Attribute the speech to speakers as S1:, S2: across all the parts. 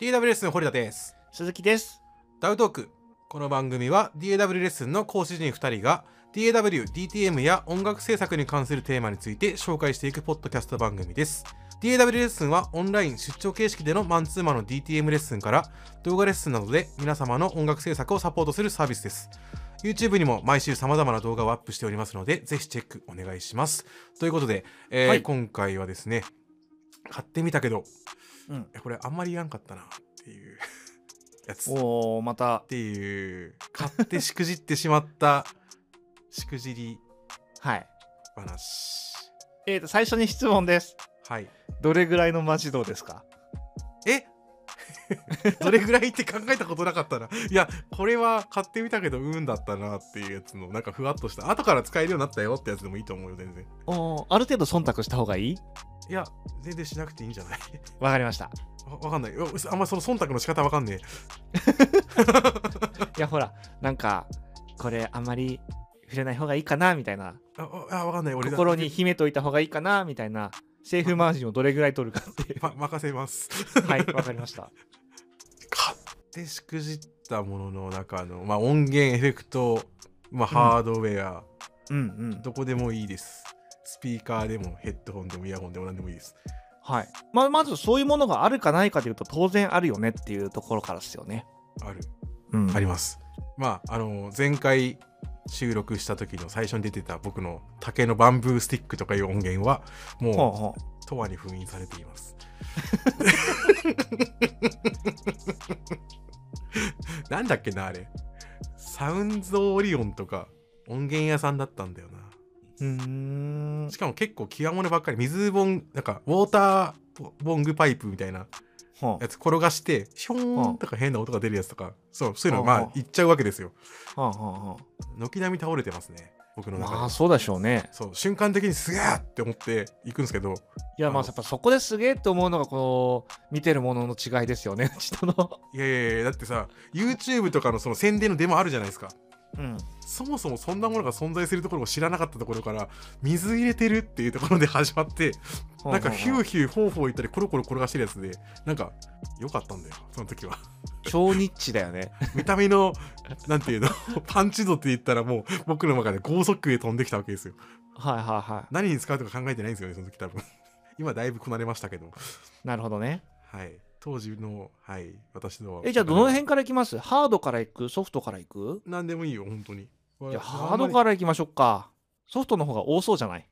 S1: DAW レッスン堀田です
S2: 鈴木です。
S1: ダウトークこの番組は DAW レッスンの講師陣2人が DAW、DTM や音楽制作に関するテーマについて紹介していくポッドキャスト番組です DAW レッスンはオンライン出張形式でのマンツーマンの DTM レッスンから動画レッスンなどで皆様の音楽制作をサポートするサービスです YouTube にも毎週様々な動画をアップしておりますのでぜひチェックお願いしますということで、えー
S2: はい
S1: 今回はですね買ってみたけど
S2: うん
S1: い。やこれあんまりいらんかったなっていうやつっ
S2: おお、また。
S1: ていう買ってしくじってしま ったしくじり
S2: はい。
S1: 話
S2: えっ、と、最初に質問です。
S1: はい
S2: どれぐらいの待ちどうですか。
S1: え どれぐらいって考えたことなかったないやこれは買ってみたけどうんだったなっていうやつのなんかふわっとした後から使えるようになったよってやつでもいいと思うよ全然
S2: おお、ある程度忖度した方がいい。
S1: いや全然しなくていいんじゃない
S2: わかりました。
S1: わわかんないよあんまその忖度の仕方わかんね
S2: いや、ほら、なんか。これ、あんまり。触れない方がいいかなみたいな。
S1: えああわかんない俺だ
S2: 心に秘めといた方がいいかなみたいな。セーフマージンをどれぐらい取るかっていう。
S1: ま任せます
S2: はい、わかりました。
S1: 買ってしくじったものの中の、まあ、音源エフェクト、まあ、ハードウェア、
S2: うんうん。
S1: どこでもいいですスピーカーでもヘッドホンでもイヤホンでも何でもいいです
S2: はい。まあ、まずそういうものがあるかないかというと、当然あるよねっていうところからですよね。
S1: ある、
S2: うん
S1: ありますまああの前回収録した時の最初に出てた僕の竹のバンブースティックとかいう音源は
S2: ほう
S1: も
S2: ほ
S1: う永遠に封印されていますなんだっけなあれサウンズオリオンとか音源屋さんだったんだよな
S2: う。うーん。
S1: しかも結構極物ばっかり水ボンなんかウォーターボングパイプみたいな
S2: ほう
S1: やつ転がしてヒョーンとか変な音が出るやつとかそうそういうのま
S2: うんう
S1: あ
S2: ん
S1: いっちゃうわけですよ
S2: ほうほうほう。
S1: 軒並み倒れてますね僕の
S2: ま
S1: 中
S2: あ
S1: で
S2: そうでしょうね。
S1: そう瞬間的にすげーって思っていくんですけど
S2: いや
S1: あ
S2: まあ
S1: の
S2: やっぱそこですげえって思うのがこの見てるものの違いですよね 人の。
S1: いやいやいやだってさ YouTube とかのその宣伝のデマあるじゃないですか
S2: うん、
S1: そもそもそんなものが存在するところを知らなかったところから水入れてるっていうところで 始まってなんかヒューヒューホーホー言ったりコロコロ転がしてるやつでなんか良かったんだよその時 は
S2: 超ニッチだよね。
S1: 見た目のなんていうのパンチ度って言ったらもう僕の中で高速へ飛んできたわけですよ
S2: はいはいは
S1: 何に使うとか考えてないんですよねその時多分 今だいぶこなれましたけど
S2: い。なるほどね。
S1: はい当時のはい私のは
S2: えじゃあどの辺からいきますハードからいくソフトからいく
S1: 何でもいいよ本当に
S2: じゃあハードからいきましょうか。ソフトの方が多そうじゃない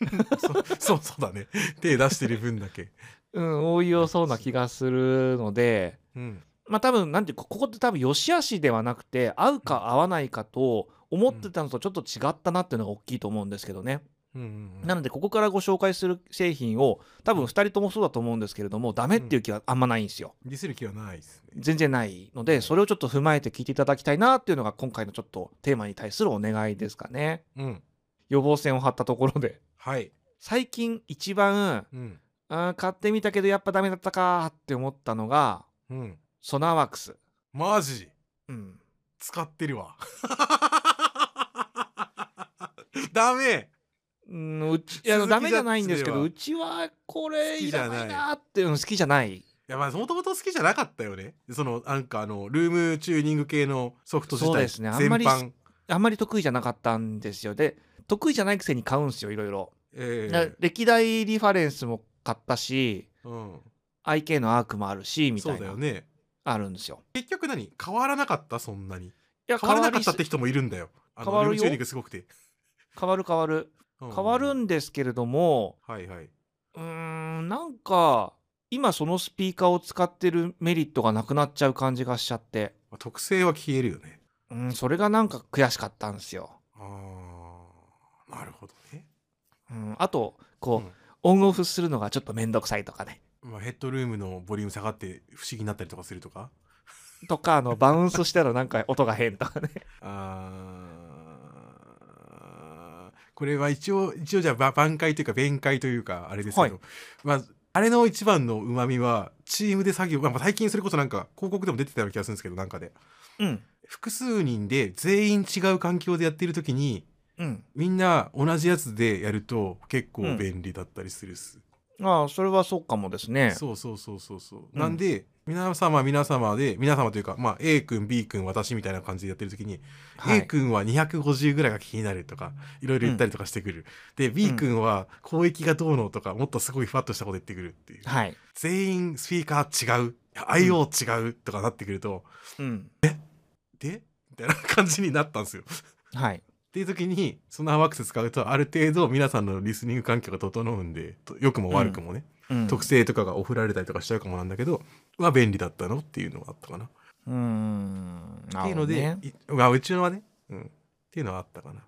S1: らそう そうそうだね手出してる分だけ
S2: うん多いよそうな気がするので。
S1: うん
S2: まあ多分なんていうかここって多分良し悪しではなくて合うか合わないかと思ってたのとちょっと違ったなっていうのが大きいと思うんですけどね。
S1: うんうんうん
S2: なのでここからご紹介する製品を多分2人ともそうだと思うんですけれどもダメっていう気はあんまないんですよ。
S1: ディスる気はないですね
S2: 全然ないのでそれをちょっと踏まえて聞いていただきたいなっていうのが今回のちょっとテーマに対するお願いですかね。
S1: うん
S2: 予防線を張ったところで
S1: はい
S2: 最近一番
S1: うん
S2: あー買ってみたけどやっぱダメだったかーって思ったのが
S1: うん
S2: ソナーワークス。
S1: マジ
S2: うん、
S1: 使ってるわ ダメ
S2: うんうちいや
S1: 鈴木
S2: ダメじゃないんです
S1: ジ
S2: け
S1: ャ
S2: ど
S1: ッ
S2: うちはこれ
S1: 好き
S2: い
S1: じゃ
S2: ら
S1: ない
S2: ないなーっていうの好きじゃない。
S1: いやまあもともと好きじゃなかったよねそのなんかあのルームチューニング系のソフト自体
S2: そうですねあんまりあんまり得意じゃなかったんですよ。で得意じゃないくせに買うんですよいろいろ。
S1: え
S2: だ
S1: え
S2: 歴代リファレンスも買ったし
S1: うん、
S2: IK のアークもあるしみた
S1: そう
S2: い
S1: だ
S2: な、
S1: よね
S2: あるんですよ
S1: 結局何変わらなかったそんなに
S2: いや
S1: 変わらなかったっ
S2: 変わ
S1: て
S2: り
S1: 人もいるんだよあの
S2: 変わる
S1: ル
S2: よ
S1: ームチューニングすごくて、
S2: 変わる変わる
S1: う
S2: 変わるんですけれども
S1: はいはいう
S2: ーんなんか今そのスピーカーを使ってるメリットがなくなっちゃう感じがしちゃって
S1: 特性は消えるよね
S2: うんそれがなんか悔しかったんですよ、
S1: あーなるほどね、
S2: うん、あとこう、
S1: うん
S2: オンオフするのがちょっと面倒くさいとかね
S1: まあ、ヘッドルームのボリューム下がって不思議になったりとかするとか
S2: とかあのバウンスしたらなんか音が変とか ね
S1: あーこれは一応一応じゃあば挽回というか弁解というかあれですけど、
S2: はい
S1: まああれの一番のうまみはチームで作業、まあ、最近それこそなんか広告でも出てたような気がするんですけどなんかで
S2: うん
S1: 複数人で全員違う環境でやってる時に
S2: うん
S1: みんな同じやつでやると結構便利だったりするっす、
S2: ああそれはそうかもですね
S1: そうそうそうそうそう、
S2: うん
S1: なんで皆様皆様で皆様というか、まあ、A 君 B 君私みたいな感じでやってる時に、
S2: は
S1: A
S2: い、
S1: 君は250ぐらいが気になるとかいろいろ言ったりとかしてくる、で B 君は交易がどうのとかもっとすごいふわっとしたこと言ってくるっていう、
S2: はい
S1: 全員スピーカー違う IO 違うとかなってくると、
S2: うん
S1: でみたいな感じになったんですよ。
S2: はい、
S1: っていう時にそのハワークス使うとある程度皆さんのリスニング環境が整うんでと良くも悪くもね、
S2: うん、
S1: 特性とかが送られたりとかしちゃうかもなんだけどは便利だったのっていうのはあったかな。
S2: うーんな
S1: っていう
S2: るほど
S1: ので、
S2: ね
S1: いまあ、うちのはね、うん、っていうのはあったかな。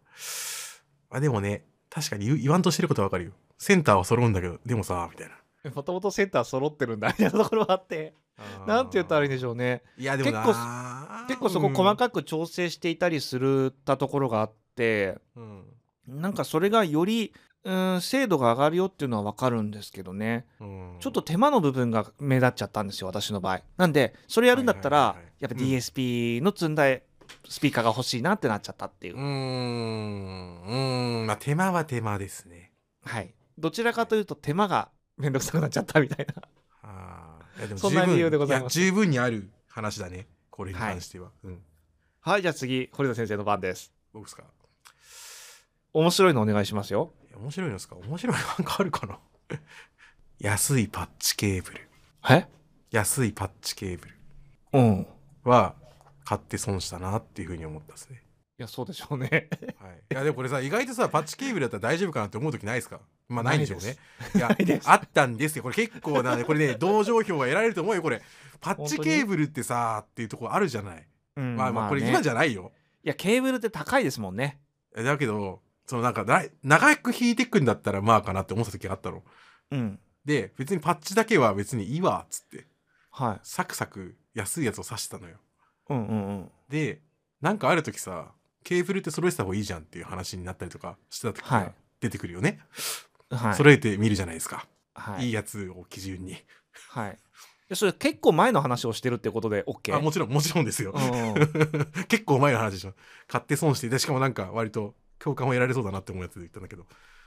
S1: あでもね確かに言う言わんとしてることはわかるよ。センターは揃うんだけどでもさみたいな。
S2: もともとセンター揃ってるんだみたいなところはあってなんて言ったらいいんでしょうね
S1: いやでも
S2: 結構
S1: な
S2: 結構そこ細かく調整していたりするったところがあって
S1: うんうん
S2: なんかそれがよりうん精度が上がるよっていうのは分かるんですけどね
S1: うん
S2: ちょっと手間の部分が目立っちゃったんですよ私の場合なんでそれやるんだった
S1: はいはい
S2: ら
S1: はいはい
S2: やっぱ
S1: うん
S2: DSP の積んだスピーカーが欲しいなってなっちゃったっていうう、
S1: ーんうーんまあ手間は手間ですね。
S2: はいどちらかというと手間がめんどくさくなっちゃったみたいな
S1: あーいやでも
S2: そんな
S1: 十分
S2: 理由でございます
S1: や十分にある話だねこれに関しては。うん、
S2: はいじゃあ次堀田先生の番です
S1: 僕ですか
S2: 面白いのお願いしますよ
S1: いや面白いのですか面白いのなんかあるかな 安いパッチケーブル
S2: え
S1: 安いパッチケーブル
S2: うんい
S1: は買って損したなっていうふうに思ったですね、
S2: やそうでしょうね
S1: はい、いやでもこれさ意外とさパッチケーブルだったら大丈夫かなって思う時ないですかまあないんでしょうねいや
S2: ないです
S1: あったんですよこれ結構なこれね同情票が得られると思うよこれパッチケーブルってさっていうところあるじゃない、
S2: うん
S1: まあまあこれ
S2: ね
S1: 今じゃないよ、
S2: いやケーブルって高いですもんね
S1: だけどそのなんかな長く引いてくんだったらまあかなって思った時があったの
S2: うん
S1: で別にパッチだけは別にいいわっつって
S2: は
S1: サクサク安いやつを刺してたのよ
S2: いうんうんうん
S1: でなんかある時さケーブルって揃えてた方がいいじゃんっていう話になったりとかしてた時
S2: は
S1: が
S2: い
S1: 出てくるよね、
S2: はい
S1: 揃えてみるじゃないですか、、
S2: はい
S1: い
S2: い
S1: やつを基準に、
S2: はいでそれ結構前の話をしてるってことで OK
S1: あもちろんもちろんですよ、
S2: うん うん
S1: 結構前の話でしょ買って損してでしかもなんか割と共感を得られそうだなって思うやつで言ったんだけど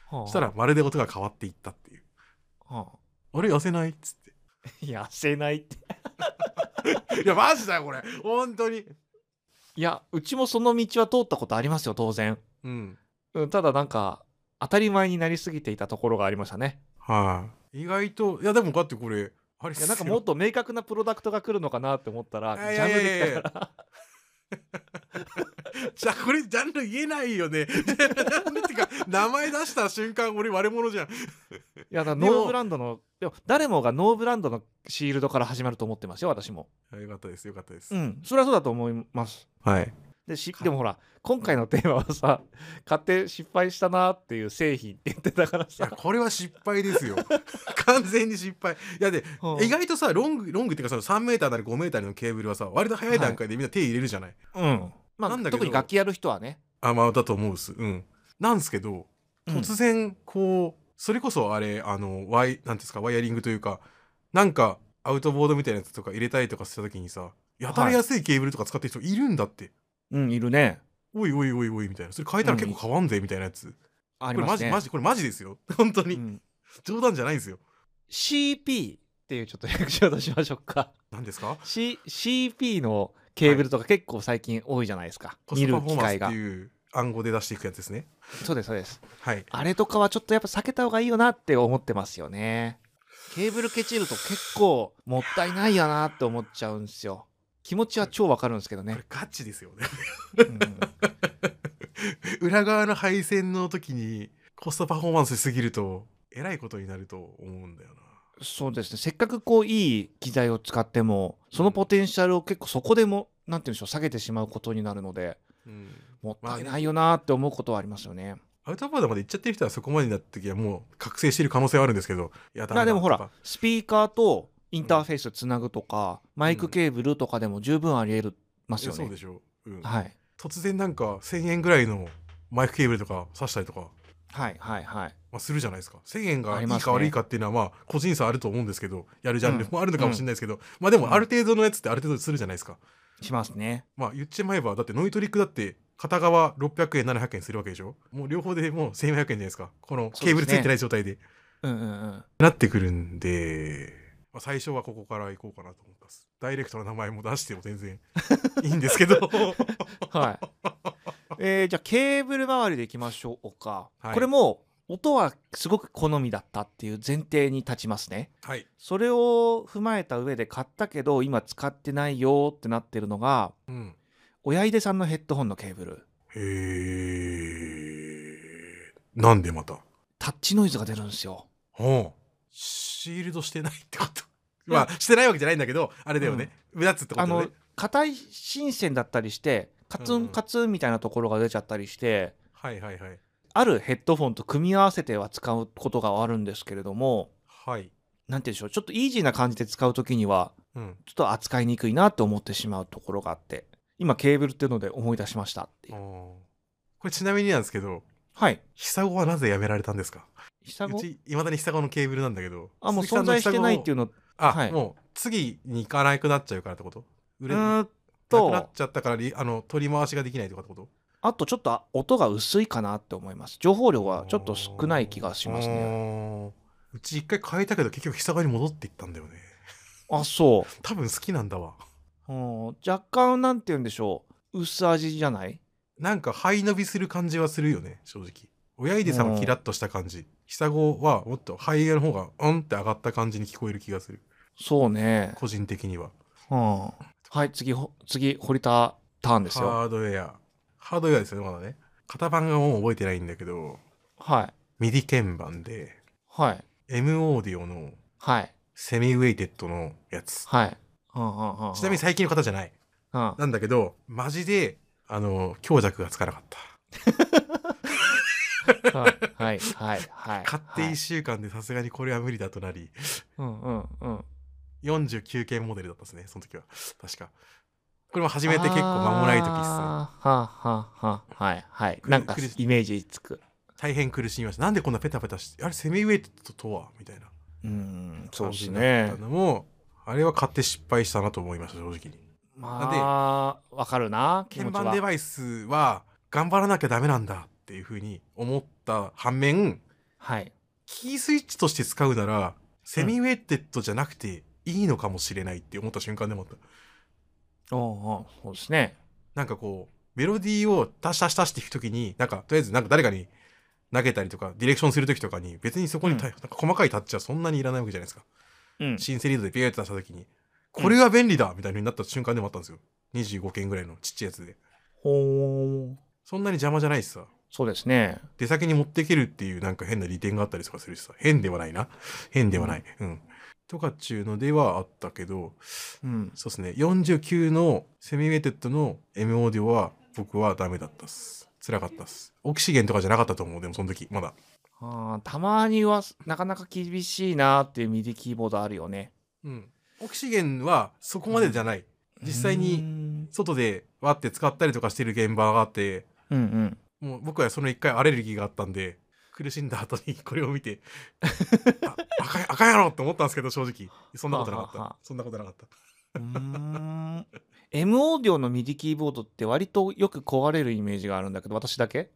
S2: はあ
S1: そしたらまるで音が変わっていったっていう
S2: は
S1: あれ痩せないっつっ
S2: あいや痩せないって
S1: ていやマジだよこれ本当に
S2: いやうちもその道は通ったことありますよ当然、
S1: うん
S2: うん、ただなんか当たり前になりすぎていたところがありましたね
S1: はい、意外といやでもだってこれあれ
S2: いやなんかもっと明確なプロダクトが来るのかなって思ったら
S1: いやい
S2: ジャ
S1: や
S2: ン
S1: い
S2: ル
S1: やいや
S2: できたから
S1: じゃあこれジャンル言えないよね。ジャンルってか名前出した瞬間俺悪者じゃん。
S2: いやだから
S1: で
S2: ノ
S1: も
S2: ーブランドのでも誰もがノーブランドのシールドから始まると思ってますよ私も
S1: あよかったですよかったです。
S2: うんそれはそうだと思います
S1: はい。
S2: でし
S1: か
S2: でもほら今回のテーマはさ 買って失敗したなっていう製品って言ってたから
S1: いや
S2: さ、
S1: これは失敗ですよ。 完全に失敗。いやで
S2: うん
S1: 意外とさロングロングっていうかさ3メーターなり5メーターのケーブルはさ割と早い段階でみんな手入れるじゃない。
S2: うんまあ
S1: なんだけど
S2: 特に楽器やる人はね、
S1: あまあだと思うっす。うん。なんですけど
S2: うん
S1: 突然こうそれこそあれあのワイなんていうんですかワイヤリングというかなんかアウトボードみたいなやつとか入れたりとかした時にさやたら安いケーブルとか使ってる人いるんだって。
S2: うんいるね
S1: おいおいおいおいみたいなそれ変えたら結構変わんぜみたいなやつ、
S2: あ
S1: こ
S2: り
S1: れ
S2: ま
S1: マ
S2: す
S1: ジ
S2: ね
S1: マジこれマジですよ 本当に、
S2: うん
S1: 冗談じゃないんですよ
S2: CP っていうちょっと略称としましょうか、
S1: 何ですか
S2: C、CP のケーブルとか結構最近多いじゃないですか、
S1: コス
S2: 見
S1: トパ
S2: る
S1: フォ
S2: 機
S1: ーマンス
S2: 会
S1: って
S2: が
S1: いう暗号で出していくやつですね
S2: そうですそうです
S1: はい
S2: あれとかはちょっとやっぱ避けた方がいいよなって思ってますよねケーブルケチると結構もったいないよなって思っちゃうんですよ気持ちは超わかるんですけど
S1: こ
S2: ね
S1: れ、ガチですよね
S2: うん
S1: 裏側の配線の時にコストパフォーマンスしすぎるとえらいことになると思うんだよ
S2: そうですねせっかくこういい機材を使ってもそのポテンシャルを結構そこでもなんて言うんでしょう下げてしまうことになるので
S1: な、うん
S2: もったいないよなーって思うことはありますよね。
S1: アウトボードまで行っちゃってる人はそこまでになった時はもう覚醒してる可能性はあるんですけどいやダメ
S2: ま
S1: だ
S2: あでもほ
S1: とから
S2: スピーカーとインターフェースつなぐとか、マイクケーブルとかでも十分ありえるます
S1: いや
S2: よ
S1: そ
S2: ね。
S1: うでしょう、うん
S2: はい
S1: 突然なんか1000円ぐらいのマイクケーブルとか挿したりとか
S2: はいはいはい。
S1: まあ、するじゃないですか1000円が
S2: あ
S1: い
S2: り
S1: い
S2: ます
S1: か
S2: ね
S1: 悪いかっていうのはまあ個人差あると思うんですけどやるジャンル
S2: うん
S1: もあるのかもしれないですけど、まあでもある程度のやつってある程度するじゃないですか、
S2: しますね。
S1: まあ言っちまえばだってノイトリックだって片側600円700円するわけでしょもう両方でもう1400円じゃないですかこのケーブルついてない状態で
S2: うんうんうん
S1: なってくるんで、まあ、最初はここから行こうかなと思ったっすダイレクトな名前も出しても全然いいんですけ ど
S2: はい。えーじゃあケーブル周りでいきましょうか。
S1: はい
S2: これも音はすごく好みだったっていう前提に立ちますね。
S1: はい
S2: それを踏まえた上で買ったけど今使ってないよってなってるのが
S1: うん
S2: 親出さんのヘッドホンのケーブル。
S1: へえなんでまた
S2: タッチノイズが出るんですよ。
S1: うんシールドしてないってことまあしてないわけじゃないんだけどあれだよね、目立つってこ
S2: あ
S1: とだよ
S2: の
S1: ね
S2: 硬い新鮮だったりしてカツ
S1: うんう
S2: ン
S1: ん
S2: カツンみたいなところが出ちゃったりして、
S1: はいはいはい
S2: あるヘッドフォンと組み合わせては使うことがあるんですけれども
S1: はい
S2: 何て言うんでしょうちょっとイージーな感じで使う時には
S1: うん
S2: ちょっと扱いにくいなと思ってしまうところがあって今ケーブルっていうので思い出しましたってい
S1: あー
S2: う
S1: これちなみになんですけど
S2: はい
S1: 久子はなぜやめられたんですか
S2: 久
S1: う
S2: 子
S1: ちいまだに久子のケーブルなんだけど
S2: あもう
S1: 鈴木さ
S2: 存
S1: んの
S2: 在してないって
S1: 久
S2: いうの
S1: 子をあ、
S2: はい
S1: もう次に行かなくなっちゃうからってこと売
S2: う
S1: れ
S2: ー
S1: なんくなっ
S2: と
S1: ちゃったからりあの取り回しができないとかってこと
S2: あとちょっと音が薄いかなって思います情報量はちょっと少ない気がしますね
S1: ねうち一回変えたけど結局久子に戻っていったんだよね
S2: あそ
S1: 多分好きなんだわ
S2: う、うん、若干なんて言うんでしょう薄味じゃない
S1: なんか背伸びする感じはするよね正直親指さんはキラッとした感じ久子はもっと肺の方がうんって上がった感じに聞こえる気がする
S2: そうね、
S1: 個人的には
S2: うん、はい次ほ次堀田ターンですよ
S1: ハードウェアハードウェアですよねまだね型番がもう覚えてないんだけど
S2: はい
S1: ミディ鍵盤で
S2: はい
S1: M オーディオの
S2: はい
S1: セミウェイテッドのやつ
S2: はいうんうんうんうん
S1: ちなみに最近の方じゃない
S2: うん
S1: なんだけどマジであの強弱がつかなかった
S2: はいはいはいはい。
S1: 買って1週間でさすがにこれは無理だとなり
S2: うんうんうん。
S1: 49系モデルだったですねその時は確かこれも始めて結構間もない時っす
S2: あーはあはあはあはいはい。
S1: く
S2: なんか
S1: クリス
S2: イメージつく。
S1: 大変苦しみましたなんでこんなペタペタしてあれセミウェイテッドとはみたいな
S2: うん、そう
S1: 感
S2: で
S1: じ
S2: す
S1: になっ
S2: ね
S1: た。のもあれは買って失敗したなと思いました正直に
S2: まあ、わかるな、気
S1: 鍵
S2: 持ち
S1: 盤デ
S2: は。
S1: バイスは頑張らなきゃダメなんだっていうふうに思った反面
S2: はい。
S1: キースイッチとして使うならセミウェイテッドじゃなくていいのかもしれないって思った瞬間でもあった
S2: おうおうそうですね。
S1: なんかこうメロディーを足し足し足していくときになんかとりあえずなんか誰かに投げたりとかディレクションするときとかに別にそこにた、
S2: う
S1: なんか細かいタッチはそんなにいらないわけじゃないですか、
S2: うん。
S1: シンセリードでビューって出したときにこれは便利だみたいになった瞬間でもあったんですよ25件ぐらいのちっちゃいやつで
S2: ほう。
S1: そんなに邪魔じゃないしさ
S2: そうですね。
S1: 出先に持ってけるっていうなんか変な利点があったりとかするしさ変ではないな変ではない、うんとかっちゅうのではあったけど
S2: うん。
S1: そうですね49のセミウェイテッドの M オーディオは僕はダメだったっす辛かったっすオキシゲンとかじゃなかったと思うでもその時まだ
S2: あーたまにはなかなか厳しいなっていうミディキーボードあるよね。
S1: うんオキシゲンはそこまでじゃない、実際
S2: う
S1: に
S2: ん
S1: 外でわって使ったりとかしてる現場があって
S2: うんうん。
S1: もう僕はその一回アレルギーがあったんで苦しんだ後に これを見てあ赤い赤やろって思ったんですけど正直そんなことなかっ
S2: はあは
S1: た
S2: あ
S1: そんなことなかった
S2: うーん M オーディオのミディキーボードって割とよく壊れるイメージがあるんだけど私だけ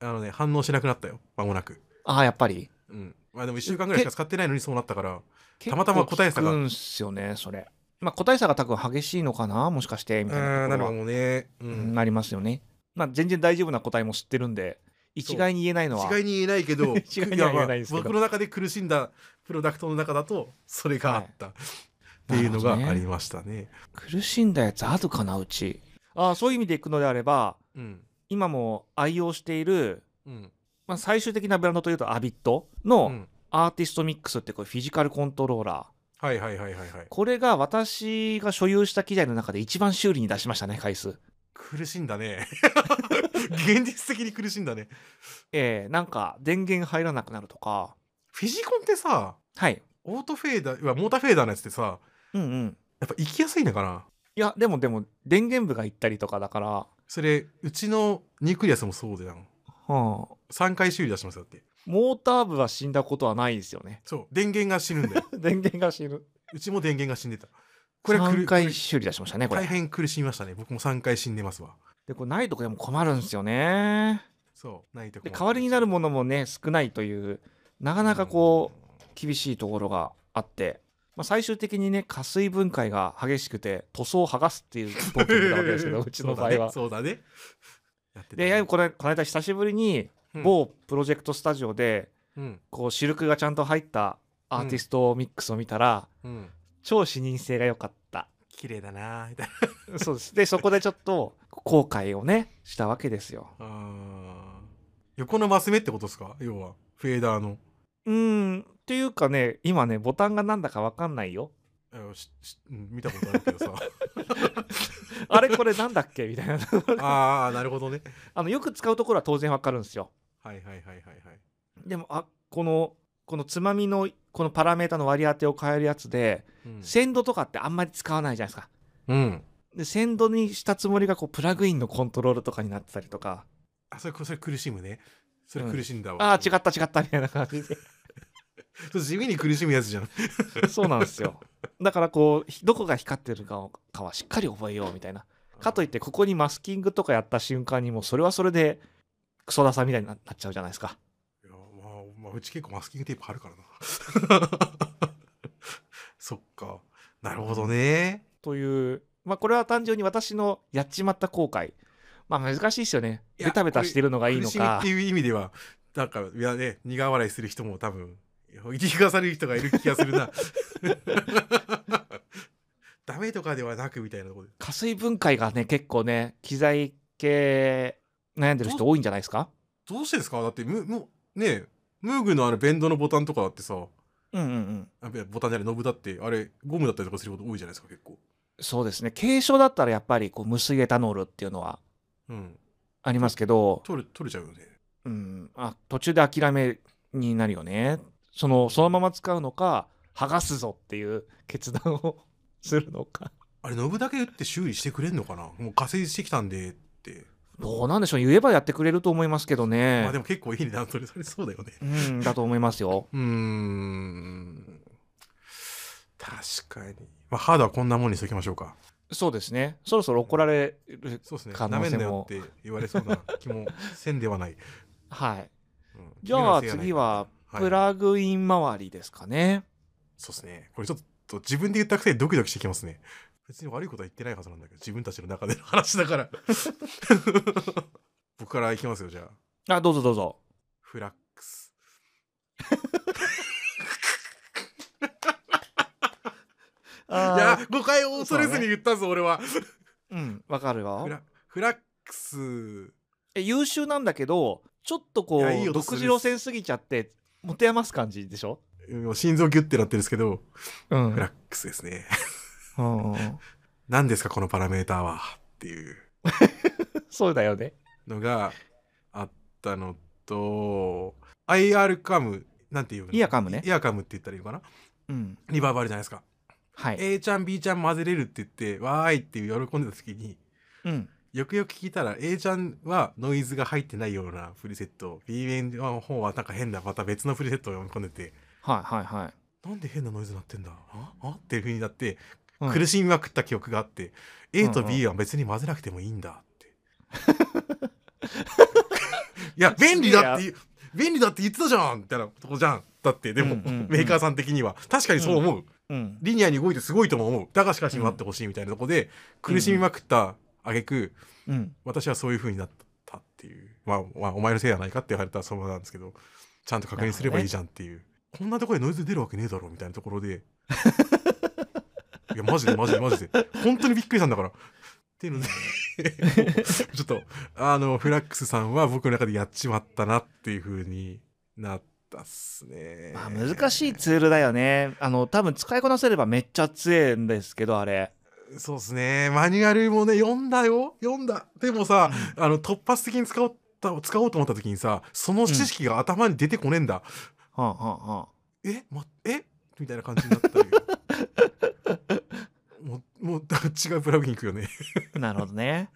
S1: あのね反応しなくなったよ間もなく
S2: ああやっぱり
S1: うんまあでも1週間ぐらいしか使ってないのにそうなったから
S2: 結
S1: たまたま個体差が
S2: 構効くんすよねそれまあ個体差が多分激しいのかなもしかしてみたいな
S1: あー
S2: とこ
S1: なる
S2: ろは
S1: ほどねう
S2: うんんありますよねまあ全然大丈夫な個体も知ってるんで一概に言えないのは
S1: 違いに言えないけ ど
S2: 一概には言えないですけど
S1: やまあ僕の中で苦しんだプロダクトの中だとそれがあった、っていうのがありましたね
S2: 苦しんだやつあるかなうちああそういう意味でいくのであれば
S1: うん
S2: 今も愛用している、
S1: うん
S2: まあ、最終的なブランドというとアビット
S1: う
S2: の
S1: ん
S2: アーティストミックスってこうフィジカルコントローラー
S1: はいはいはいはいはい
S2: これが私が所有した機材の中で一番修理に出しましたね回数
S1: 苦しんだね 現実的に苦しんだね
S2: ええなんか電源入らなくなるとか
S1: フィジコンってさ
S2: はい
S1: オートフェーダーいやモーターフェーダーのやつってさ
S2: うんうん
S1: やっぱ行きやすいのかない
S2: やでもでも電源部が行ったりとかだから、
S1: それうちのニクリアスもそうじゃん
S2: うん
S1: 3回修理出しますよだって
S2: モーター部は死んだことはないですよね
S1: そう電源が死ぬんだよ
S2: 電源が死ぬ
S1: うちも電源が死んでたこ
S2: こ
S1: れ
S2: れ
S1: は
S2: 3
S1: 苦
S2: 回修理出しましたねこ
S1: 大
S2: れ
S1: 変苦しみましたね僕も3回死んでますわ
S2: でこれないとこでも困るんですよね
S1: そうないと
S2: で代わりになるものもね少ないというなかなかこう厳しいところがあって、まあ、最終的にね加水分解が激しくて塗装を剥がすっていう冒険なわけですけ どうちの場合は。
S1: そうだね。そうだねやってた
S2: でいやこれこの間久しぶりに
S1: うん
S2: 某プロジェクトスタジオで
S1: うん。
S2: こうシルクがちゃんと入ったアーティストミックスを見たら、
S1: うん。
S2: 超視認性が良か った。
S1: 綺麗だなみたいな。
S2: そうですでそこでちょっと後悔をねしたわけですよ。
S1: あー横のマス目ってことですか要は。フェーダーの。
S2: うんというかね今ねボタンがなんだかわかんないよ。
S1: あのししうん見たことある けどさ。
S2: あれこれなんだっ けみたいな
S1: ああ、なるほどね。
S2: あのよく使うところは当然わかるんですよ。
S1: はいはいはいはいはい。
S2: でもあこのこのつまみのこのパラメータの割り当てを変えるやつで
S1: うん。
S2: 鮮度とかってあんまり使わないじゃないですか。
S1: うん、
S2: で鮮度にしたつもりがこうプラグインのコントロールとかになってたりとか
S1: あそれそれ苦しむね。それ苦しんだわ。
S2: ああ違った違ったみたいな感じで
S1: それ地味に苦しむやつじゃん。
S2: そうなんですよ。だからこうひどこが光ってるかをかはしっかり覚えようみたいな。かといってここにマスキングとかやった瞬間にもうそれはそれでクソダサみたいにななっちゃうじゃないですか。
S1: いやまあ、まあ、うち結構マスキングテープ貼るからな。 そっか。なるほどね。
S2: というまあこれは単純に私のやっちまった後悔。まあ難しいですよね。
S1: いや
S2: ベタベタしてるのがいい
S1: 苦
S2: の
S1: しみっ
S2: か
S1: て。いう意味では、なんか、いやね、苦笑いする人も多分、いや言い聞かされる人がいる気がするな。 ダメとかではなくみたいなところで。
S2: 加水分解がね結構ね機材系悩んでる人多いんじゃないですか
S1: どうしてですかだって、む、もう、ねえ、ムーグのあのベンドのボタンとかだってさ、
S2: うんうんうん。
S1: あいやボタンじゃない、ノブだって、あれ、ゴムだったりとかすること多いじゃないですか、結構。
S2: そうですね。軽症だったらやっぱりこう無水エタノールっていうのは
S1: うん。
S2: ありますけど。
S1: 取れ、取れちゃうよね。
S2: うん、あ途中で諦めになるよねそのそのまま使うのか剥がすぞっていう決断をするのか
S1: あれ、ノブだけ打って修理してくれんのかなもう加勢してきたんでって。
S2: どうなんでしょう言えばやってくれると思いますけどね、
S1: まあでも結構いい値段取れされそうだよね。
S2: うんだと思いますよ
S1: うーん。確かに。まあ、ハードはこんなもんにしときましょうか。
S2: そうですねそろそろ怒られる
S1: そうですね。
S2: 可
S1: な
S2: 能
S1: めん
S2: 性
S1: なよ
S2: も
S1: って言われそうな気もせんではない。
S2: はい
S1: うん
S2: じゃあ次。
S1: はい
S2: はプラグイン周りですかね、
S1: そうですね。これちょっと自分で言ったくせにドキドキしてきますね。別に悪いことは言ってないはずなんだけど、自分たちの中での話だ から。僕からいきますよ、じゃあ。
S2: あどうぞどうぞ
S1: フラックス。いや
S2: あ、
S1: 誤解を恐れずに言ったぞ、俺は。
S2: うんわかる
S1: フ
S2: わ
S1: ラフラックス。
S2: え優秀なんだけどちょっとこ
S1: いやいいう音
S2: 独
S1: す
S2: 自
S1: るっ
S2: 路
S1: す
S2: 線すぎちゃって持て余す感じでしょ
S1: もう心臓ギュッてなってるんですけど、
S2: うん
S1: フラックスですね。
S2: うんうん
S1: 何ですかこのパラメーターはっていう
S2: そうだよね。
S1: のがあったのと IR カムなんていうの
S2: イヤカムね
S1: イヤカムって言ったらいいのかな
S2: うん。
S1: リバーバルじゃないですか、
S2: はい。
S1: A ちゃん B ちゃん混ぜれるって言ってわーいっていう喜んでた時に
S2: うん。
S1: よくよく聞いたら A ちゃんはノイズが入ってないようなプリセット B 面の方はなんか変なまた別のプリセットを読み込んでて
S2: はいはいはい。
S1: なんで変なノイズになってんだああっていう風になって
S2: うん
S1: 苦しみまくった記憶があって、
S2: ん
S1: A と B は別に混ぜなくてもいいんだっ て。いや便利だって言う便利だって言ってたじゃんみたいなとこじゃんだってでも、
S2: うんうんうん
S1: メーカーさん的には確かにそう思う、
S2: うん。
S1: リニアに動いてすごいとも思うだがしかし待ってほしいみたいなとこで苦しみまくった挙句
S2: うん。
S1: 私はそういう風になったっていう、まあ、まあお前のせいじゃないかって言われたらそうなんですけどちゃんと確認すればいいじゃんっていう、こんなとこでノイズ出るわけねえだろみたいなところでいやマジでマジでマジで本当にびっくりしたんだからっていうので ちょっとあのフラックスさんは僕の中でやっちまったなっていう風になったっすね、
S2: まあ、難しいツールだよね。あの、多分使いこなせればめっちゃ強いんですけど、あれ。
S1: そうですねマニュアルもね読んだよ読んだでもさ、あの突発的に使おう使おうと思った時にさその知識が頭に出てこねえんだ、
S2: はあはあは
S1: え、ま、えみたいな感じになったけど もうもうだ違うプラグインいくよね
S2: あ。なるほどね。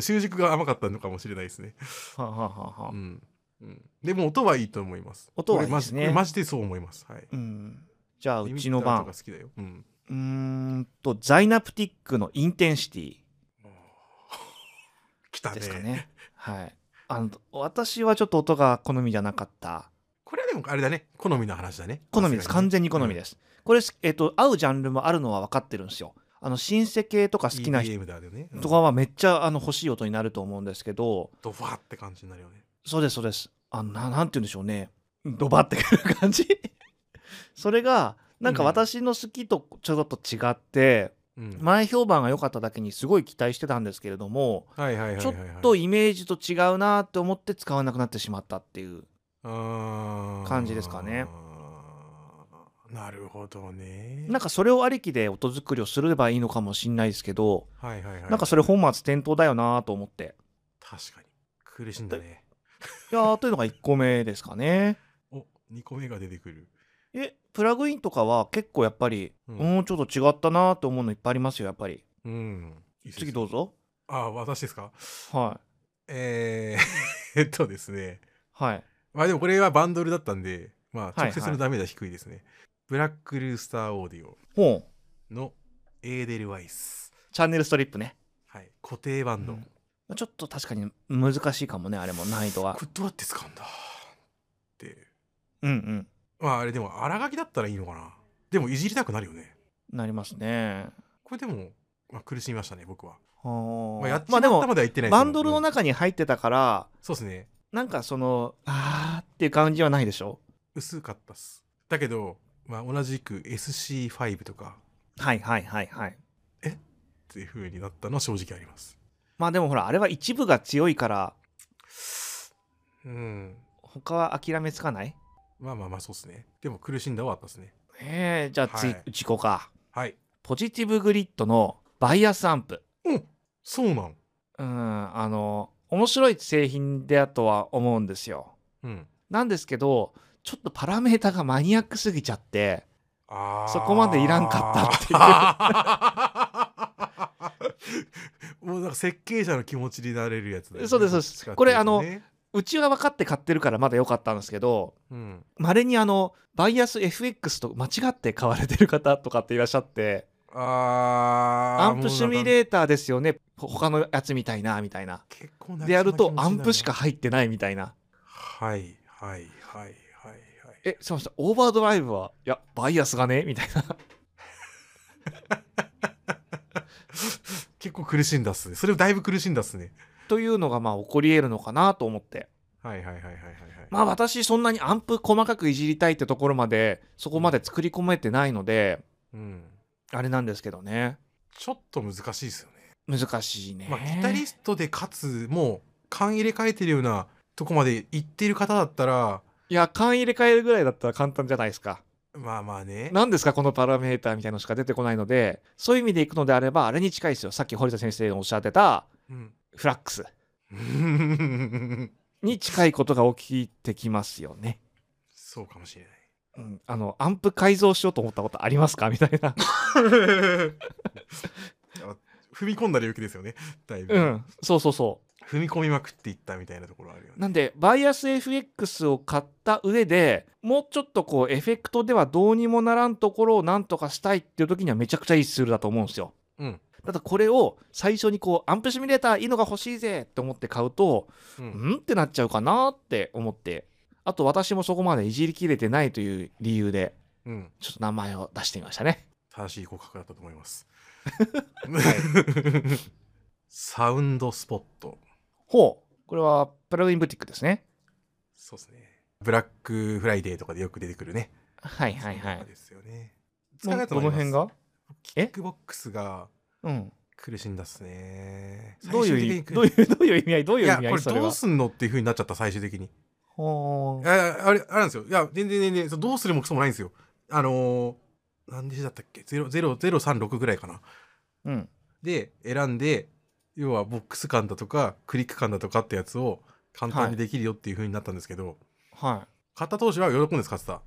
S1: 習熟が甘かったのかもしれないですね、
S2: はあはあはあ
S1: う
S2: はあ。
S1: んうん、でも音はいいと思います
S2: 音はいいです
S1: こ
S2: ね
S1: れマジこれマジでそう思いますはい
S2: うん。じゃあ、う
S1: リミッター
S2: ちの
S1: と
S2: 番
S1: か。好きだよ、うん、
S2: うーんと、ザイナプティックのインテンシティ
S1: 来たね
S2: ですかね。はい。あの、私はちょっと音が好みじゃなかった。
S1: これはでもあれだね好みの話だね
S2: 好みです完全に好み
S1: で
S2: です、これ、えっと合うジャンルもあるのは分かってるんですよあのシンセ系とか好きな人
S1: BPM だよねうん
S2: とかはめっちゃあの欲しい音になると思うんですけど
S1: ドファーって感じになるよね
S2: そうですそうですあのななんて言うんでしょうねドバってくる感じ それがなんか
S1: うん
S2: 私の好きとちょっと違って、
S1: うん
S2: 前評判が良かっただけにすごい期待してたんですけれども、
S1: はいはいはいはい
S2: ちょ
S1: は
S2: っ
S1: い
S2: とイメージと違うなって思って使わなくなってしまったっていう
S1: 感
S2: 感じですかね
S1: なるほどね
S2: なんかそれをありきで音作りをすればいいのかもしんないですけど、
S1: はいはいはい
S2: なんかそれ本末転倒だよなと思って
S1: 確かに苦しんだね
S2: いやーというのが1個目ですかね
S1: お2個目が出てくる
S2: えプラグインとかは結構やっぱり
S1: う
S2: うんんちょっと違ったなと思うのいっぱいありますよやっぱり
S1: うん
S2: 次どう
S1: ぞ
S2: ぞ
S1: あ私ですか
S2: は
S1: えー、え っとですね
S2: いはい
S1: まあでもこれはバンドルだったんでまあ
S2: はい
S1: 直接のダメージは低いですね、ブラックルースターオーディオ
S2: ほう
S1: のエーデルワイス
S2: チャンネルストリップね、
S1: はい固定バンド、
S2: うんちょっと確かに難しいかもねあれも難易度は
S1: これどうやって使うんだって
S2: うんうん
S1: まああれでも荒書きだったらいいのかなでもいじりたくなるよね
S2: なりますね
S1: これでも、まあ、苦しみましたね僕は、
S2: は
S1: まあ、やっちまった
S2: まあでも
S1: までは言ってないですけど
S2: バンドルの中に入ってたから
S1: そうですね
S2: なんかそのあーっていう感じはないでしょ
S1: 薄かったっすだけど、まあ、同じく SC5 とか
S2: はいはいはいはい
S1: っていう風になったのは正直あります
S2: まあでもほらあれは一部が強いから
S1: うん
S2: 他は諦めつかない
S1: まあまあまあそうっすねでも苦しんだはあったっすね
S2: えー、じゃあ次、
S1: はい
S2: 自己か
S1: はい
S2: ポジティブグリッドのバイアスアンプ
S1: うんそうなん
S2: うんあの面白い製品だとは思うんですよ
S1: うん
S2: なんですけどちょっとパラメータがマニアックすぎちゃって
S1: あー
S2: そこまでいらんか
S1: ったっていう もうなんか設計者の気持ちになれるやつだよね
S2: そうですそうです
S1: どっちかっていとね
S2: これあのうちは分かって買ってるからまだ良かったんですけど
S1: うん
S2: まれにあのバイアス FX と間違って買われてる方とかっていらっしゃって
S1: あー
S2: アンプシミュ
S1: もうなんか
S2: レーターですよねほ他のやつみたいなみたいな
S1: 結構泣きそうな
S2: でやる
S1: 気持ち
S2: と
S1: にな
S2: アン
S1: な
S2: プしか入ってないみたいな
S1: はいはいはい はいはい。
S2: えすいませんオーバードライブはいやバイアスがねみたいな
S1: 結構苦しんだっすね。それもだいぶ苦しんだっすね。
S2: というのがまあ起こり得るのかなと思って
S1: はいはいはいはいはいはい。
S2: まあ私そんなにアンプ細かくいじりたいってところまでそこまで作り込めてないので
S1: うん、
S2: あれなんですけどね
S1: ちょっと難しいですよね。
S2: 難しいね、
S1: まあ、ギタリストでかつもう勘入れ替えてるようなとこまで行ってる方だったら
S2: いや缶入れ替えるぐらいだったら簡単じゃないですか
S1: まあまあね。
S2: 何ですかこのパラメーターみたいなのしか出てこないのでそういう意味でいくのであればあれに近いですよさっき堀田先生がおっしゃってた
S1: うん、
S2: フラックス
S1: うん
S2: に近いことが起きてきますよね。
S1: そうかもしれない。
S2: うん、あのアンプ改造しようと思ったことありますかみたい な、
S1: あ踏み込んだ領域ですよね。だいぶ、
S2: うん、そうそうそ
S1: 踏み込みまくっていったみたいなところあるよ
S2: う
S1: ね。
S2: なんでバイアス FX を買った上でもうちょっとこうエフェクトではどうにもならんところをなんとかしたいっていう時にはめちゃくちゃいいツールだと思うんですよ
S1: うん
S2: ただこれを最初にこうアンプシミュレーターいいのが欲しいぜって思って買うと
S1: うん
S2: うんってなっちゃうかなって思ってあと私もそこまでいじりきれてないという理由で
S1: うん、
S2: ちょっと名前を出してみましたね
S1: 正しい告白だったと思います。
S2: は
S1: サウンドスポット。
S2: ほうこれはプラグインブティックですね
S1: そうですね。ブラックフライデーとかでよく出てくるね。
S2: はいはいは
S1: そう
S2: い
S1: ですよね。
S2: もう
S1: と
S2: どの辺が
S1: キ
S2: え
S1: ックボックスが
S2: うん
S1: 苦しんだっすね。
S2: どういう
S1: 最終
S2: 意味
S1: 的に
S2: どういうどういう意味合いどういう
S1: い
S2: 意
S1: や、
S2: 味合
S1: こ
S2: い
S1: れ
S2: それ
S1: どう
S2: は
S1: すんのっていう風になっちゃった、最終的に。
S2: ほ
S1: いうやあれ、あれなんですよ。いや、全然全然、そうどうするもクソもないんですよ。あのー、何でしたっけ ?0、0、036ぐらいかな。
S2: うん
S1: で、選んで、要はボックス感だとか、クリック感だとかってやつを簡単にできるよっていう風になったんですけど、
S2: はいは
S1: 買った当時は喜んで使ってた。
S2: あ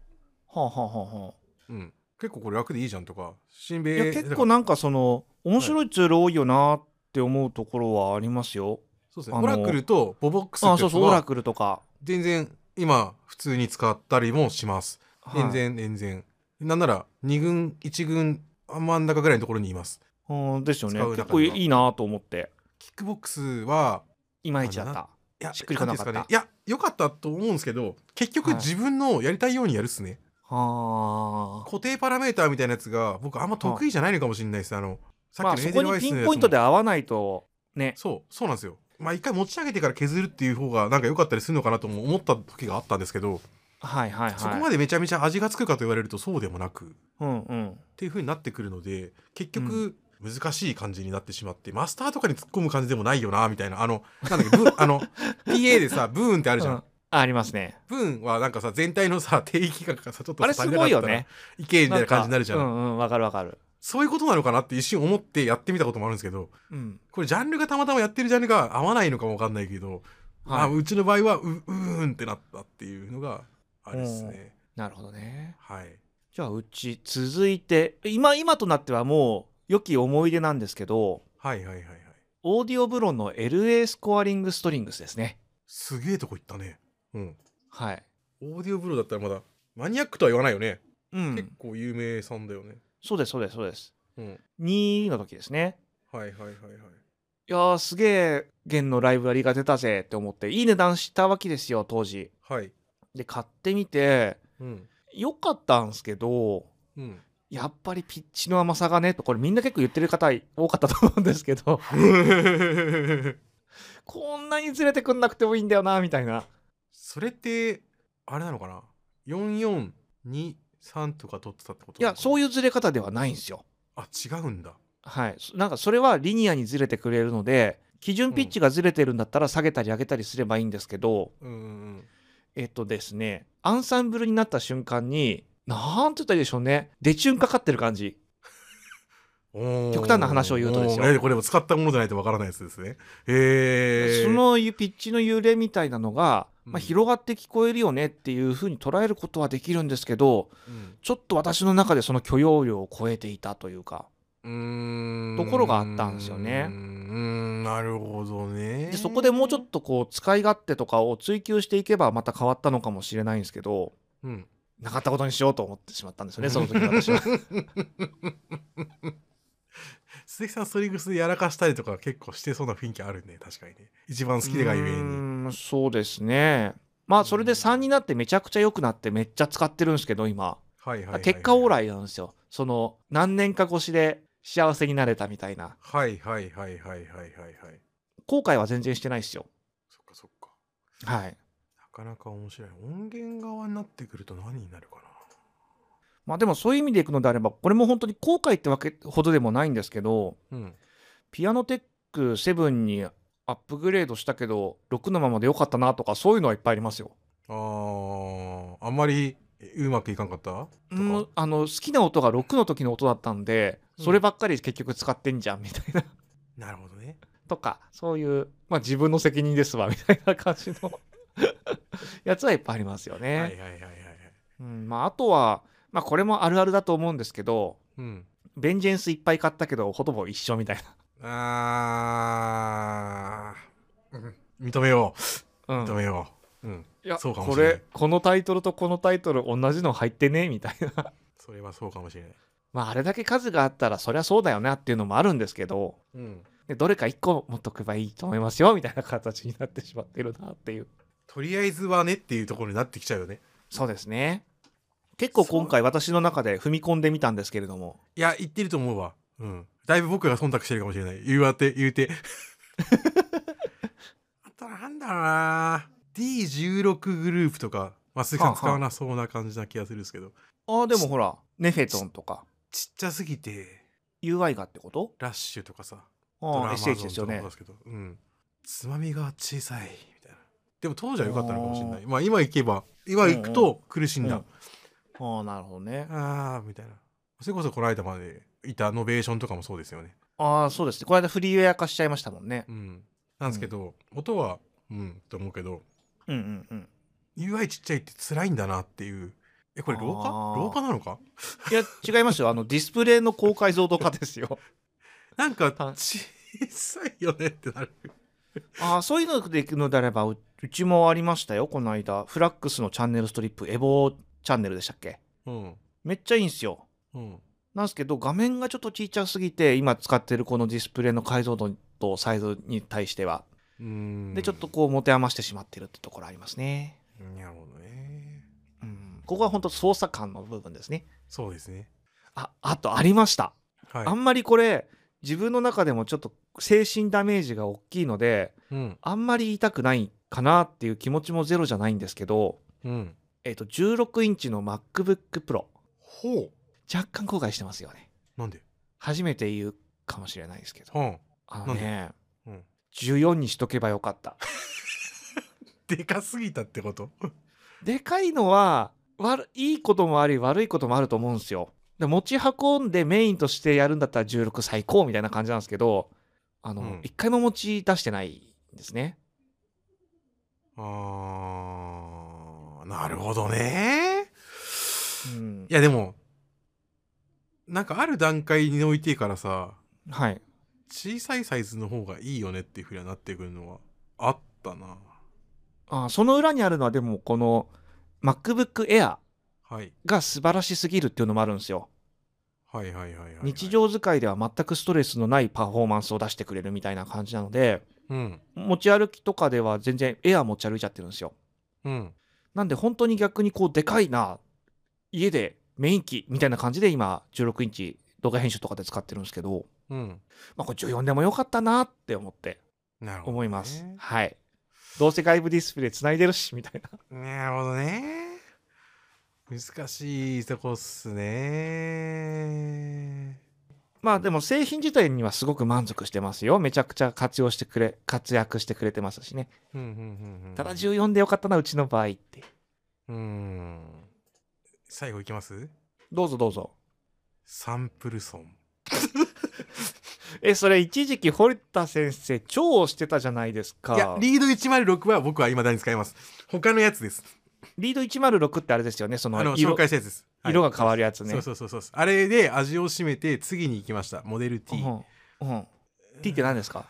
S2: はあはあはあ
S1: うん、結構これ楽でいいじゃんとか新
S2: い
S1: 米
S2: や結構なんかその面白いツール多いよなって思うところはありますよ
S1: そうですね
S2: あ
S1: オ
S2: の
S1: ラクルとボボックス
S2: あ
S1: って
S2: あそ
S1: や
S2: う
S1: つ
S2: そうオラ
S1: は
S2: クルとか
S1: 全然今普通に使ったりもします
S2: はい
S1: 全然全然なんなら2軍1軍真ん中ぐらいのところにいます
S2: うんですよ
S1: 使
S2: ね
S1: う中では
S2: 結構いいなと思って
S1: キックボックスはい
S2: まいちだった
S1: いや
S2: しっくりこなかった
S1: んていうんですね、いや良かったと思うんですけど結局
S2: はい
S1: 自分のやりたいようにやるっすね、
S2: はあ。
S1: 固定パラメーターみたいなやつが僕あんま得意じゃないのかもしれないですあのさ
S2: ま
S1: っ
S2: あ
S1: きのエ
S2: そ
S1: ー
S2: こ
S1: デルワ
S2: に
S1: イス
S2: ピ
S1: のやつも
S2: ンポイントで合わないとね。
S1: そうそうなんですよまあ一回持ち上げてから削るっていう方がなんか良かったりするのかなとも思った時があったんですけど、
S2: はいはいはい。
S1: そこまでめちゃめちゃ味がつくかと言われるとそうでもなくっ
S2: うんうん。
S1: ていう風になってくるので結局難しい感じになってしまって、マスターとかに突っ込む感じでもないよなみたいなあのなんだっけブーあの PA でさブーンってあるじゃん、
S2: うんあありますね。
S1: ブーンはなんかさ全体のさ 定義感がさちょっと
S2: あれ
S1: 足
S2: す
S1: りなか
S2: ご
S1: っ
S2: い
S1: た
S2: よ
S1: ら
S2: ね。
S1: いけみたいな感じになるじゃん
S2: うんうん、わかるわかる。
S1: そういうことなのかなって一瞬思ってやってみたこともあるんですけど
S2: うん。
S1: これジャンルがたまたまやってるジャンルが合わないのかもわかんないけど、あ
S2: はい。
S1: うちの場合はううーんってなったっていうのがあれですね、
S2: なるほどね。
S1: はい
S2: じゃあ、うち、続いて、今、今となってはもう、良き思い出なんですけど、
S1: はいはいはいはい
S2: オーディオブロンの LA スコアリングストリングスですね。
S1: すげえとこ行ったねうん
S2: はい。
S1: オーディオブロだったらまだマニアックとは言わないよね、
S2: う
S1: 結
S2: ん。
S1: 構有名さんだよね
S2: そうです、そうです、そうです。
S1: うん
S2: 2の時ですね。
S1: はいはいはいはい
S2: いやー、すげえ、弦のライブラリが出たぜって思って、いい値段したわけですよ、当時。
S1: はい
S2: で、買ってみて、
S1: うん
S2: 良かったんですけど、
S1: うん
S2: やっぱりピッチの甘さがねとこれみんな結構言ってる方多かったと思うんですけどこんなにずれてくんなくてもいいんだよなみたいな
S1: それってあれなのかな4423とか取ってたってこと
S2: いやそう
S1: いう
S2: いうずれ方ではないんですよ
S1: あ違うんだ
S2: はいそなんかそれはリニアにずれてくれるので基準ピッチがずれてるんだったら下げたり上げたりすればいいんですけど、
S1: うんうん
S2: えっとですねアンサンブルになった瞬間になんて言ったらいいでしょうねデチュンかかってる感じ
S1: うんおー
S2: 極端な話を言うとですよ
S1: おーえこれも使ったものじゃないとわからないやつですねへえ
S2: そのゆピッチの揺れみたいなのが、
S1: う
S2: ま
S1: ん
S2: あ、広がって聞こえるよねっていうふうに捉えることはできるんですけど、
S1: うん
S2: ちょっと私の中でその許容量を超えていたというか
S1: うーん
S2: ところがあったんですよね
S1: うーんなるほどね
S2: でそこでもうちょっとこう使い勝手とかを追求していけばまた変わったのかもしれないんですけど
S1: うん
S2: なかったことにしようと思ってしまったんですよねその時私 は
S1: 鈴木さんストリングスでやらかしたりとか結構してそうな雰囲気あるね確かにね一番好きでがゆえ
S2: う
S1: に
S2: ーんそうですねまあそれで3になってめちゃくちゃ良くなってめっちゃ使ってるんですけど今
S1: はいはいはいはい
S2: 結果オーライなんですよその何年か越しで幸せになれたみたいな
S1: はいはいはいはいはいはいはい
S2: 後悔は全然してないですよ
S1: そっかそっか
S2: はい
S1: なかなか面白い音源側になってくると何になるかな
S2: まあでもそういう意味でいくのであればこれも本当に後悔ってわけほどでもないんですけど
S1: うん、
S2: ピアノテック7にアップグレードしたけど6のままで良かったなとかそういうのはいっぱいありますよ。
S1: あーあんまりえうまくいかんかった
S2: うんあの好きな音が6の時の音だったんで
S1: うん
S2: そればっかり結局使ってんじゃんみたいな
S1: なるほどね
S2: とかそういう、まあ、自分の責任ですわみたいな感じの やつはいっぱいありますよね。
S1: はいはいはいはいはい
S2: うんまあ、あとは、まあ、これもあるあるだと思うんですけど
S1: うん
S2: ベンジェンスいっぱい買ったけどほとんど一緒みたい
S1: あーうん認めよ
S2: な。う
S1: う認
S2: ん、
S1: めよううん
S2: いや
S1: そうかも
S2: こ
S1: しれない
S2: れこのタイトルとこのタイトル同じの入ってねみたいな。
S1: それはそうかもしれない
S2: まあ、あれだけ数があったらそりゃそうだよなっていうのもあるんですけど
S1: うん
S2: でどれか1個持っとけばいいと思いますよみたいな形になってしまってるなっていう
S1: とりあえずはねっていうところになってきちゃうよね
S2: そうですね結構今回私の中で踏み込んでみたんですけれども
S1: いや言ってると思うわうんだいぶ僕が忖度してるかもしれない言うあて言う てあとなんだろうな D16 グループとかまあ鈴木さん
S2: はあはあ
S1: 使わなそうな感じな気がするんですけど
S2: ああでもほらネフェトンとか
S1: ちっちゃすぎて
S2: UI がってこと
S1: ラッシュとかさ
S2: ああ
S1: ドラ
S2: SH ですよ
S1: マ
S2: ね
S1: ゾンとかもそうですけど、うん、つまみが小さいみたいなでも当時は良かったのかもしれないまあ今行けば今行くと苦しんだ、
S2: ああなるほどね
S1: ああみたいなそれこそこの間までいたノベーションとかもそうですよね
S2: ああそうですねこの間フリーウェア化しちゃいましたもんね
S1: うんなんですけど、音はうんと思うけど
S2: うんうんうん
S1: UI ちっちゃいって辛いんだなっていうえこれ廊下
S2: あー
S1: 廊下なのか
S2: いや違いますよあのディスプレイの高解像度化ですよ
S1: なんか
S2: た
S1: 小さいよねってなる
S2: ああそういうのでいくのであればううちもありましたよこの間フラックスのチャンネルストリップエボーチャンネルでしたっけ
S1: うん
S2: めっちゃいいんすよ
S1: うん
S2: なんですけど画面がちょっと小さすぎて今使ってるこのディスプレイの解像度とサイズに対しては
S1: ううん
S2: でちょっとこう持て余してしまってるってところありますね。
S1: なるほどね
S2: うん、ここは本当操作感の部分ですね。
S1: そうですね
S2: ああとありました、
S1: はい
S2: あんまりこれ自分の中でもちょっと精神ダメージが大きいので
S1: うん
S2: あんまり言いたくないかなっていう気持ちもゼロじゃないんですけど、
S1: うん
S2: えっと16インチの MacBookPro
S1: ほ
S2: 若干後悔してますよね。
S1: うなんで
S2: 初めて言うかもしれないですけど
S1: はん
S2: あのね、
S1: うん
S2: 14にしとけばよかった。
S1: でかすぎたってこと
S2: でかいのは悪いいこともあり悪いこともあると思うんですよで持ち運んでメインとしてやるんだったら16最高みたいな感じなんですけどあの、
S1: うん
S2: 一回も持ち出してないんですね
S1: あーなるほどね
S2: うん
S1: いやでもなんかある段階においてからさ
S2: はい
S1: 小さいサイズの方がいいよねっていうふうにはなってくるのはあったな
S2: あその裏にあるのはでもこの MacBook Air
S1: はい
S2: が素晴らしすぎるっていうのもあるんですよ
S1: はいはいはいはい、はい、
S2: 日常使いでは全くストレスのないパフォーマンスを出してくれるみたいな感じなので
S1: うん
S2: 持ち歩きとかでは全然 Air 持ち歩いちゃってるんですよ
S1: うん
S2: なんで本当に逆にこうでかいな家でメイン機みたいな感じで今16インチ動画編集とかで使ってるんですけど、
S1: うん
S2: まあ、これ14でもよかったなって思って
S1: なるほど、ね、
S2: 思います、はいどうせ外部ディスプレイつないでるしみたいな
S1: なるほどね難しいとこっすね
S2: まあでも製品自体にはすごく満足してますよめちゃくちゃ活用してくれ活躍してくれてますしね
S1: うんうんうんうん
S2: ただ14でよかったなうちの場合って
S1: うん最後いきます
S2: どうぞどうぞ
S1: サンプルソン
S2: えそれ一時期堀田先生超押してたじゃないですか
S1: いやリード106は僕は未だに使います他のやつです
S2: リード106ってあれですよねその
S1: あの
S2: 色
S1: 紹介したやつです、はい
S2: 色が変わるやつね
S1: そうそうそうそうそうあれで味を占めて次に行きましたモデル T、
S2: うんうん、T って何ですか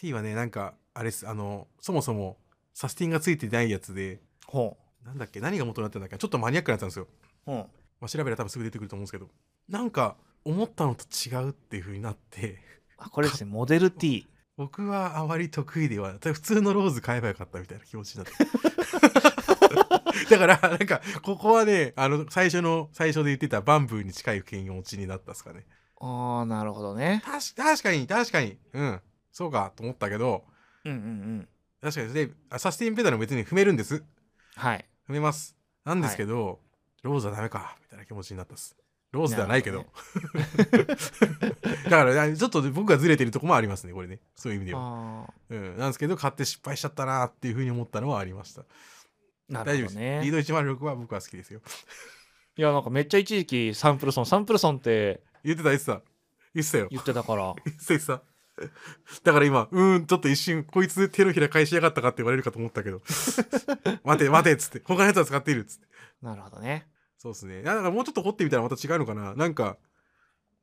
S1: T はねなんかあれですあのそもそもサスティンがついてないやつで
S2: ほ
S1: なんだっけ何が元になってんだっけちょっとマニアックなやつなんですよ、
S2: うほ
S1: まあ、調べれば多分すぐ出てくると思うんですけどなんか思ったのと違うっていう風になって
S2: あこれですねモデル T
S1: 僕はあまり得意では普通のローズ買えばよかったみたいな気持ちになって だからなんかここはねあの最初の最初で言ってたバンブーに近い気持ちになったっすかね
S2: ああなるほどね
S1: 確確かに確かにうんそうかと思ったけど
S2: うんうんうん
S1: 確かにであサスティンペダルも別に踏めるんです
S2: はい
S1: 踏めますなんですけど、ローズはダメかみたいな気持ちになったっすローズではないけど
S2: なる
S1: だからちょっと僕がずれてるとこもありますねこれねそういう意味では、
S2: あ
S1: うん、なんですけど買って失敗しちゃったなっていうふうに思ったのはありました
S2: ーな
S1: 大丈夫で
S2: るほど
S1: す
S2: ね
S1: リード106は僕は好きですよ
S2: いやなんかめっちゃ一時期サンプルソンサンプルソンって
S1: 言ってた言ってた言ってたよ
S2: 言ってたから
S1: 言ってた言ってただから今うーんちょっと一瞬こいつ手のひら返しやがったかって言われるかと思ったけど 待て待てっつって他のやつは使っているっつって
S2: なるほどね
S1: そうですね。なんかもうちょっと掘ってみたらまた違うのかな。なんか、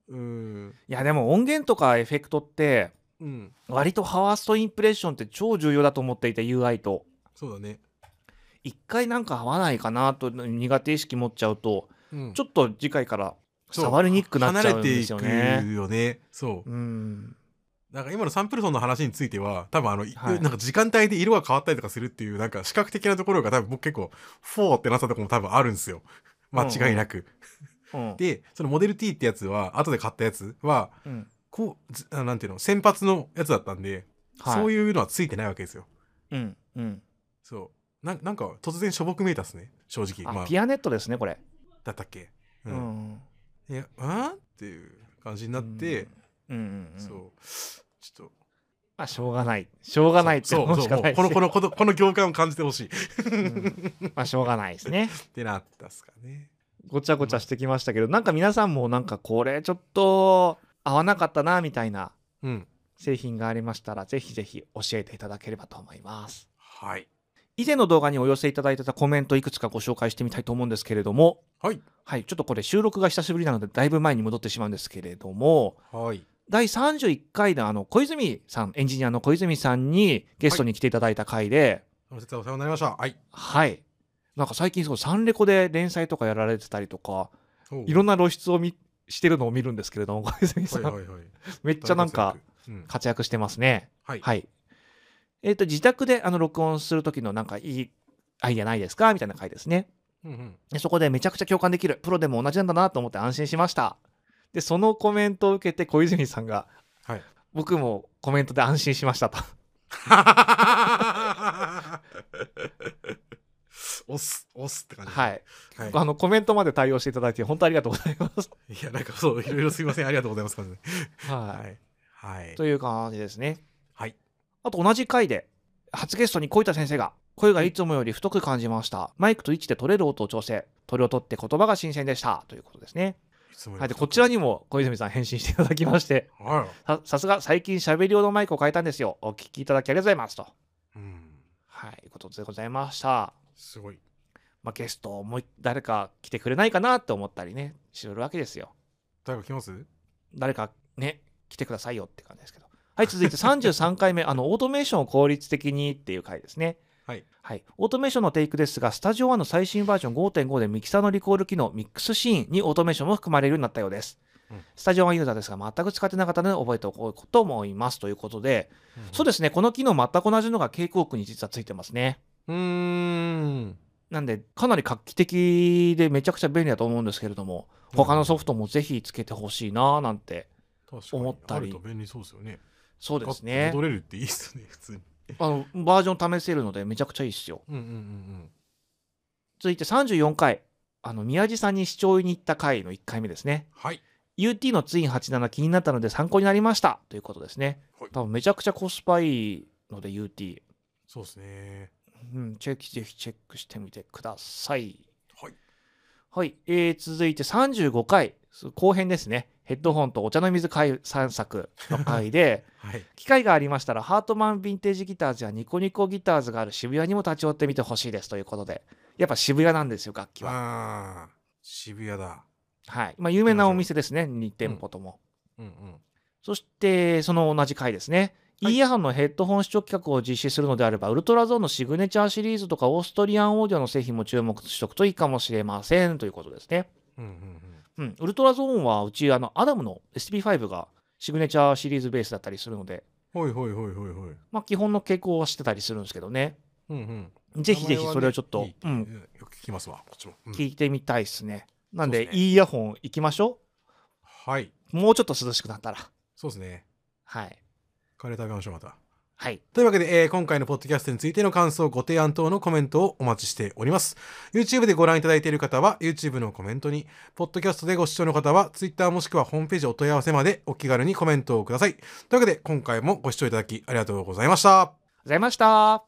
S1: うーん、
S2: いやでも音源とかエフェクトって
S1: うん、
S2: 割とハワーストインプレッションって超重要だと思っていて UI と
S1: そうだね。
S2: 一回なんか合わないかなと苦手意識持っちゃうと
S1: うん、
S2: ちょっと次回から
S1: そう
S2: 触りにくくなっちゃうん
S1: 離れて
S2: で
S1: い
S2: す
S1: く
S2: よね
S1: よね。そう。
S2: うん
S1: なんか今のサンプルソンの話については、多分あの、い
S2: はい
S1: なんか時間帯で色が変わったりとかするっていう、なんか視覚的なところが多分僕結構、フォーってなったところも多分あるんですよ。間違いなく。
S2: うん
S1: で、そのモデル T ってやつは、後で買ったやつは、
S2: うん
S1: こうず、あなんていうの、先発のやつだったんで、
S2: はい、
S1: そういうのはついてないわけですよ。
S2: うんうん
S1: そう。なんなんか突然しょぼく見えたっすね、正直。
S2: あ、
S1: まあ、
S2: ピアネットですねこれ、
S1: だったっけ
S2: う、
S1: うん
S2: うんん
S1: いやあっていう感じになって、
S2: うんうん
S1: そうちょっと
S2: まあしょうがないしょうがないって
S1: そう
S2: も
S1: そう
S2: し
S1: そ
S2: か
S1: う
S2: な
S1: も
S2: いう
S1: このこ のこのこの行間を感じてほしいっ
S2: うんまあしょうがないですね
S1: てなったっすかね
S2: ごちゃごちゃしてきましたけどなんか皆さんもなんかこれちょっと合わなかったなみたいな
S1: うん
S2: 製品がありましたらぜひぜひ教えていただければと思います
S1: はい
S2: 以前の動画にお寄せいただいてたコメントいくつかご紹介してみたいと思うんですけれども
S1: はい
S2: はいちょっとこれ収録が久しぶりなのでだいぶ前に戻ってしまうんですけれども
S1: はい
S2: 第31回のあの小泉さんエンジニアの小泉さんにゲストに来ていただいた回で
S1: その節はお世話になりましたはい
S2: はい、なんか最近そうサンレコで連載とかやられてたりとかいろ
S1: ん
S2: んな露出を見してるのを見るんですけれども小泉さん、
S1: はいはいはい
S2: めっちゃなんか
S1: うん
S2: 活躍してますね
S1: はい
S2: はい、えっ、と、自宅であの録音する時のなんかいいアイデアないですかみたいな回ですね。
S1: うん うん
S2: でそこでめちゃくちゃ共感できる。プロでも同じなんだなと思って安心しました。で、そのコメントを受けて小泉さんが、
S1: はい
S2: 僕もコメントで安心しましたと。
S1: 押す押すって感じ
S2: はい。
S1: はい、
S2: あのコメントまで対応していただいて本当ありがとうございます。
S1: いやなんかそういろいろすいませんありがとうございます感じで
S2: は
S1: はいはい
S2: い、という感じですね。
S1: はい
S2: あと同じ回で初ゲストに小田先生が声がいつもより太く感じました。マイクと位置で取れる音を調整。取りを取って言葉が新鮮でしたということですね。
S1: いつもより
S2: はい、でこちらにも小泉さん返信していただきまして
S1: あら
S2: ささすが最近喋り用のマイクを変えたんですよ。お聞きいただきありがとうございますと。
S1: うん
S2: はい、いうことでございました。
S1: すごい
S2: まあ、ゲストもう誰か来てくれないかなって思ったりね、するわけですよ。
S1: 誰か来ます
S2: 誰かね来てくださいよって感じですけどはい続いて33 回目あのオートメーションを効率的にっていう回ですね
S1: はい
S2: はい、オートメーションのテイクですがスタジオ1の最新バージョン5.5でミキサーのリコール機能ミックスシーンにオートメーションも含まれるようになったようです、
S1: うん
S2: スタジオ1ユーザーですが全く使ってなかったので覚えておこうと思いますということで、そう
S1: で
S2: ですねこの機能全く同じのがケイクオークに実はついてますね
S1: うーん
S2: なんでかなり画期的でめちゃくちゃ便利だと思うんですけれども他のソフトもぜひつけてほしいななんて
S1: 確かに
S2: 思ったり
S1: あると便利そうですよね
S2: そうですね
S1: 戻れるっていいっすね普通に
S2: あのバージョン試せるのでめちゃくちゃいいっすよ
S1: うんうんうん
S2: 続いて34回あの宮地さんに視聴に行った回の1回目ですね
S1: はい
S2: UT のツイン87気になったので参考になりましたということですね
S1: はい
S2: 多分めちゃくちゃコスパいいので UT、
S1: そうですね
S2: うん、チェックぜひチェックしてみてください
S1: はい
S2: はい、えー続いて35回後編ですねヘッドホンとお茶の水回散策の 回で
S1: はい
S2: 機会がありましたらハートマンヴィンテージギターズやニコニコギターズがある渋谷にも立ち寄ってみてほしいですということでやっぱ渋谷なんですよ楽器
S1: あ
S2: は、
S1: ー渋谷だ
S2: はいまあ、有名なお店ですね2店舗とも、
S1: うんうん
S2: そしてその同じ回ですね
S1: はい
S2: イヤハンのヘッドホン視聴企画を実施するのであれば、ウルトラゾーンのシグネチャーシリーズとかオーストリアンオーディオの製品も注目しておくといいかもしれませんということですね。
S1: うんうんうん
S2: うん、ウルトラゾーンはうちあのアダムの SP5 がシグネチャーシリーズベースだったりするので、
S1: ほいほいほいほいほい
S2: まあ、基本の傾向はしてたりするんですけどね
S1: うんうん
S2: ぜひぜひそれをちょっと、
S1: 名前はね
S2: う
S1: いい
S2: ん、
S1: うんよく聞きますわこっちも、うん
S2: 聞いてみたいですねなん
S1: そう
S2: で
S1: っすね
S2: いいイヤホン行きましょ
S1: はい。
S2: うもうちょっと涼しくなったら
S1: そうですね。
S2: はい
S1: カレー食べましょう、また。
S2: はい
S1: というわけで、えー今回のポッドキャストについての感想、ご提案等のコメントをお待ちしております。YouTube でご覧いただいている方は、YouTube のコメントに、ポッドキャストでご視聴の方は、Twitter もしくはホームページお問い合わせまでお気軽にコメントをください。というわけで、今回もご視聴いただきありがとうございました。
S2: ございました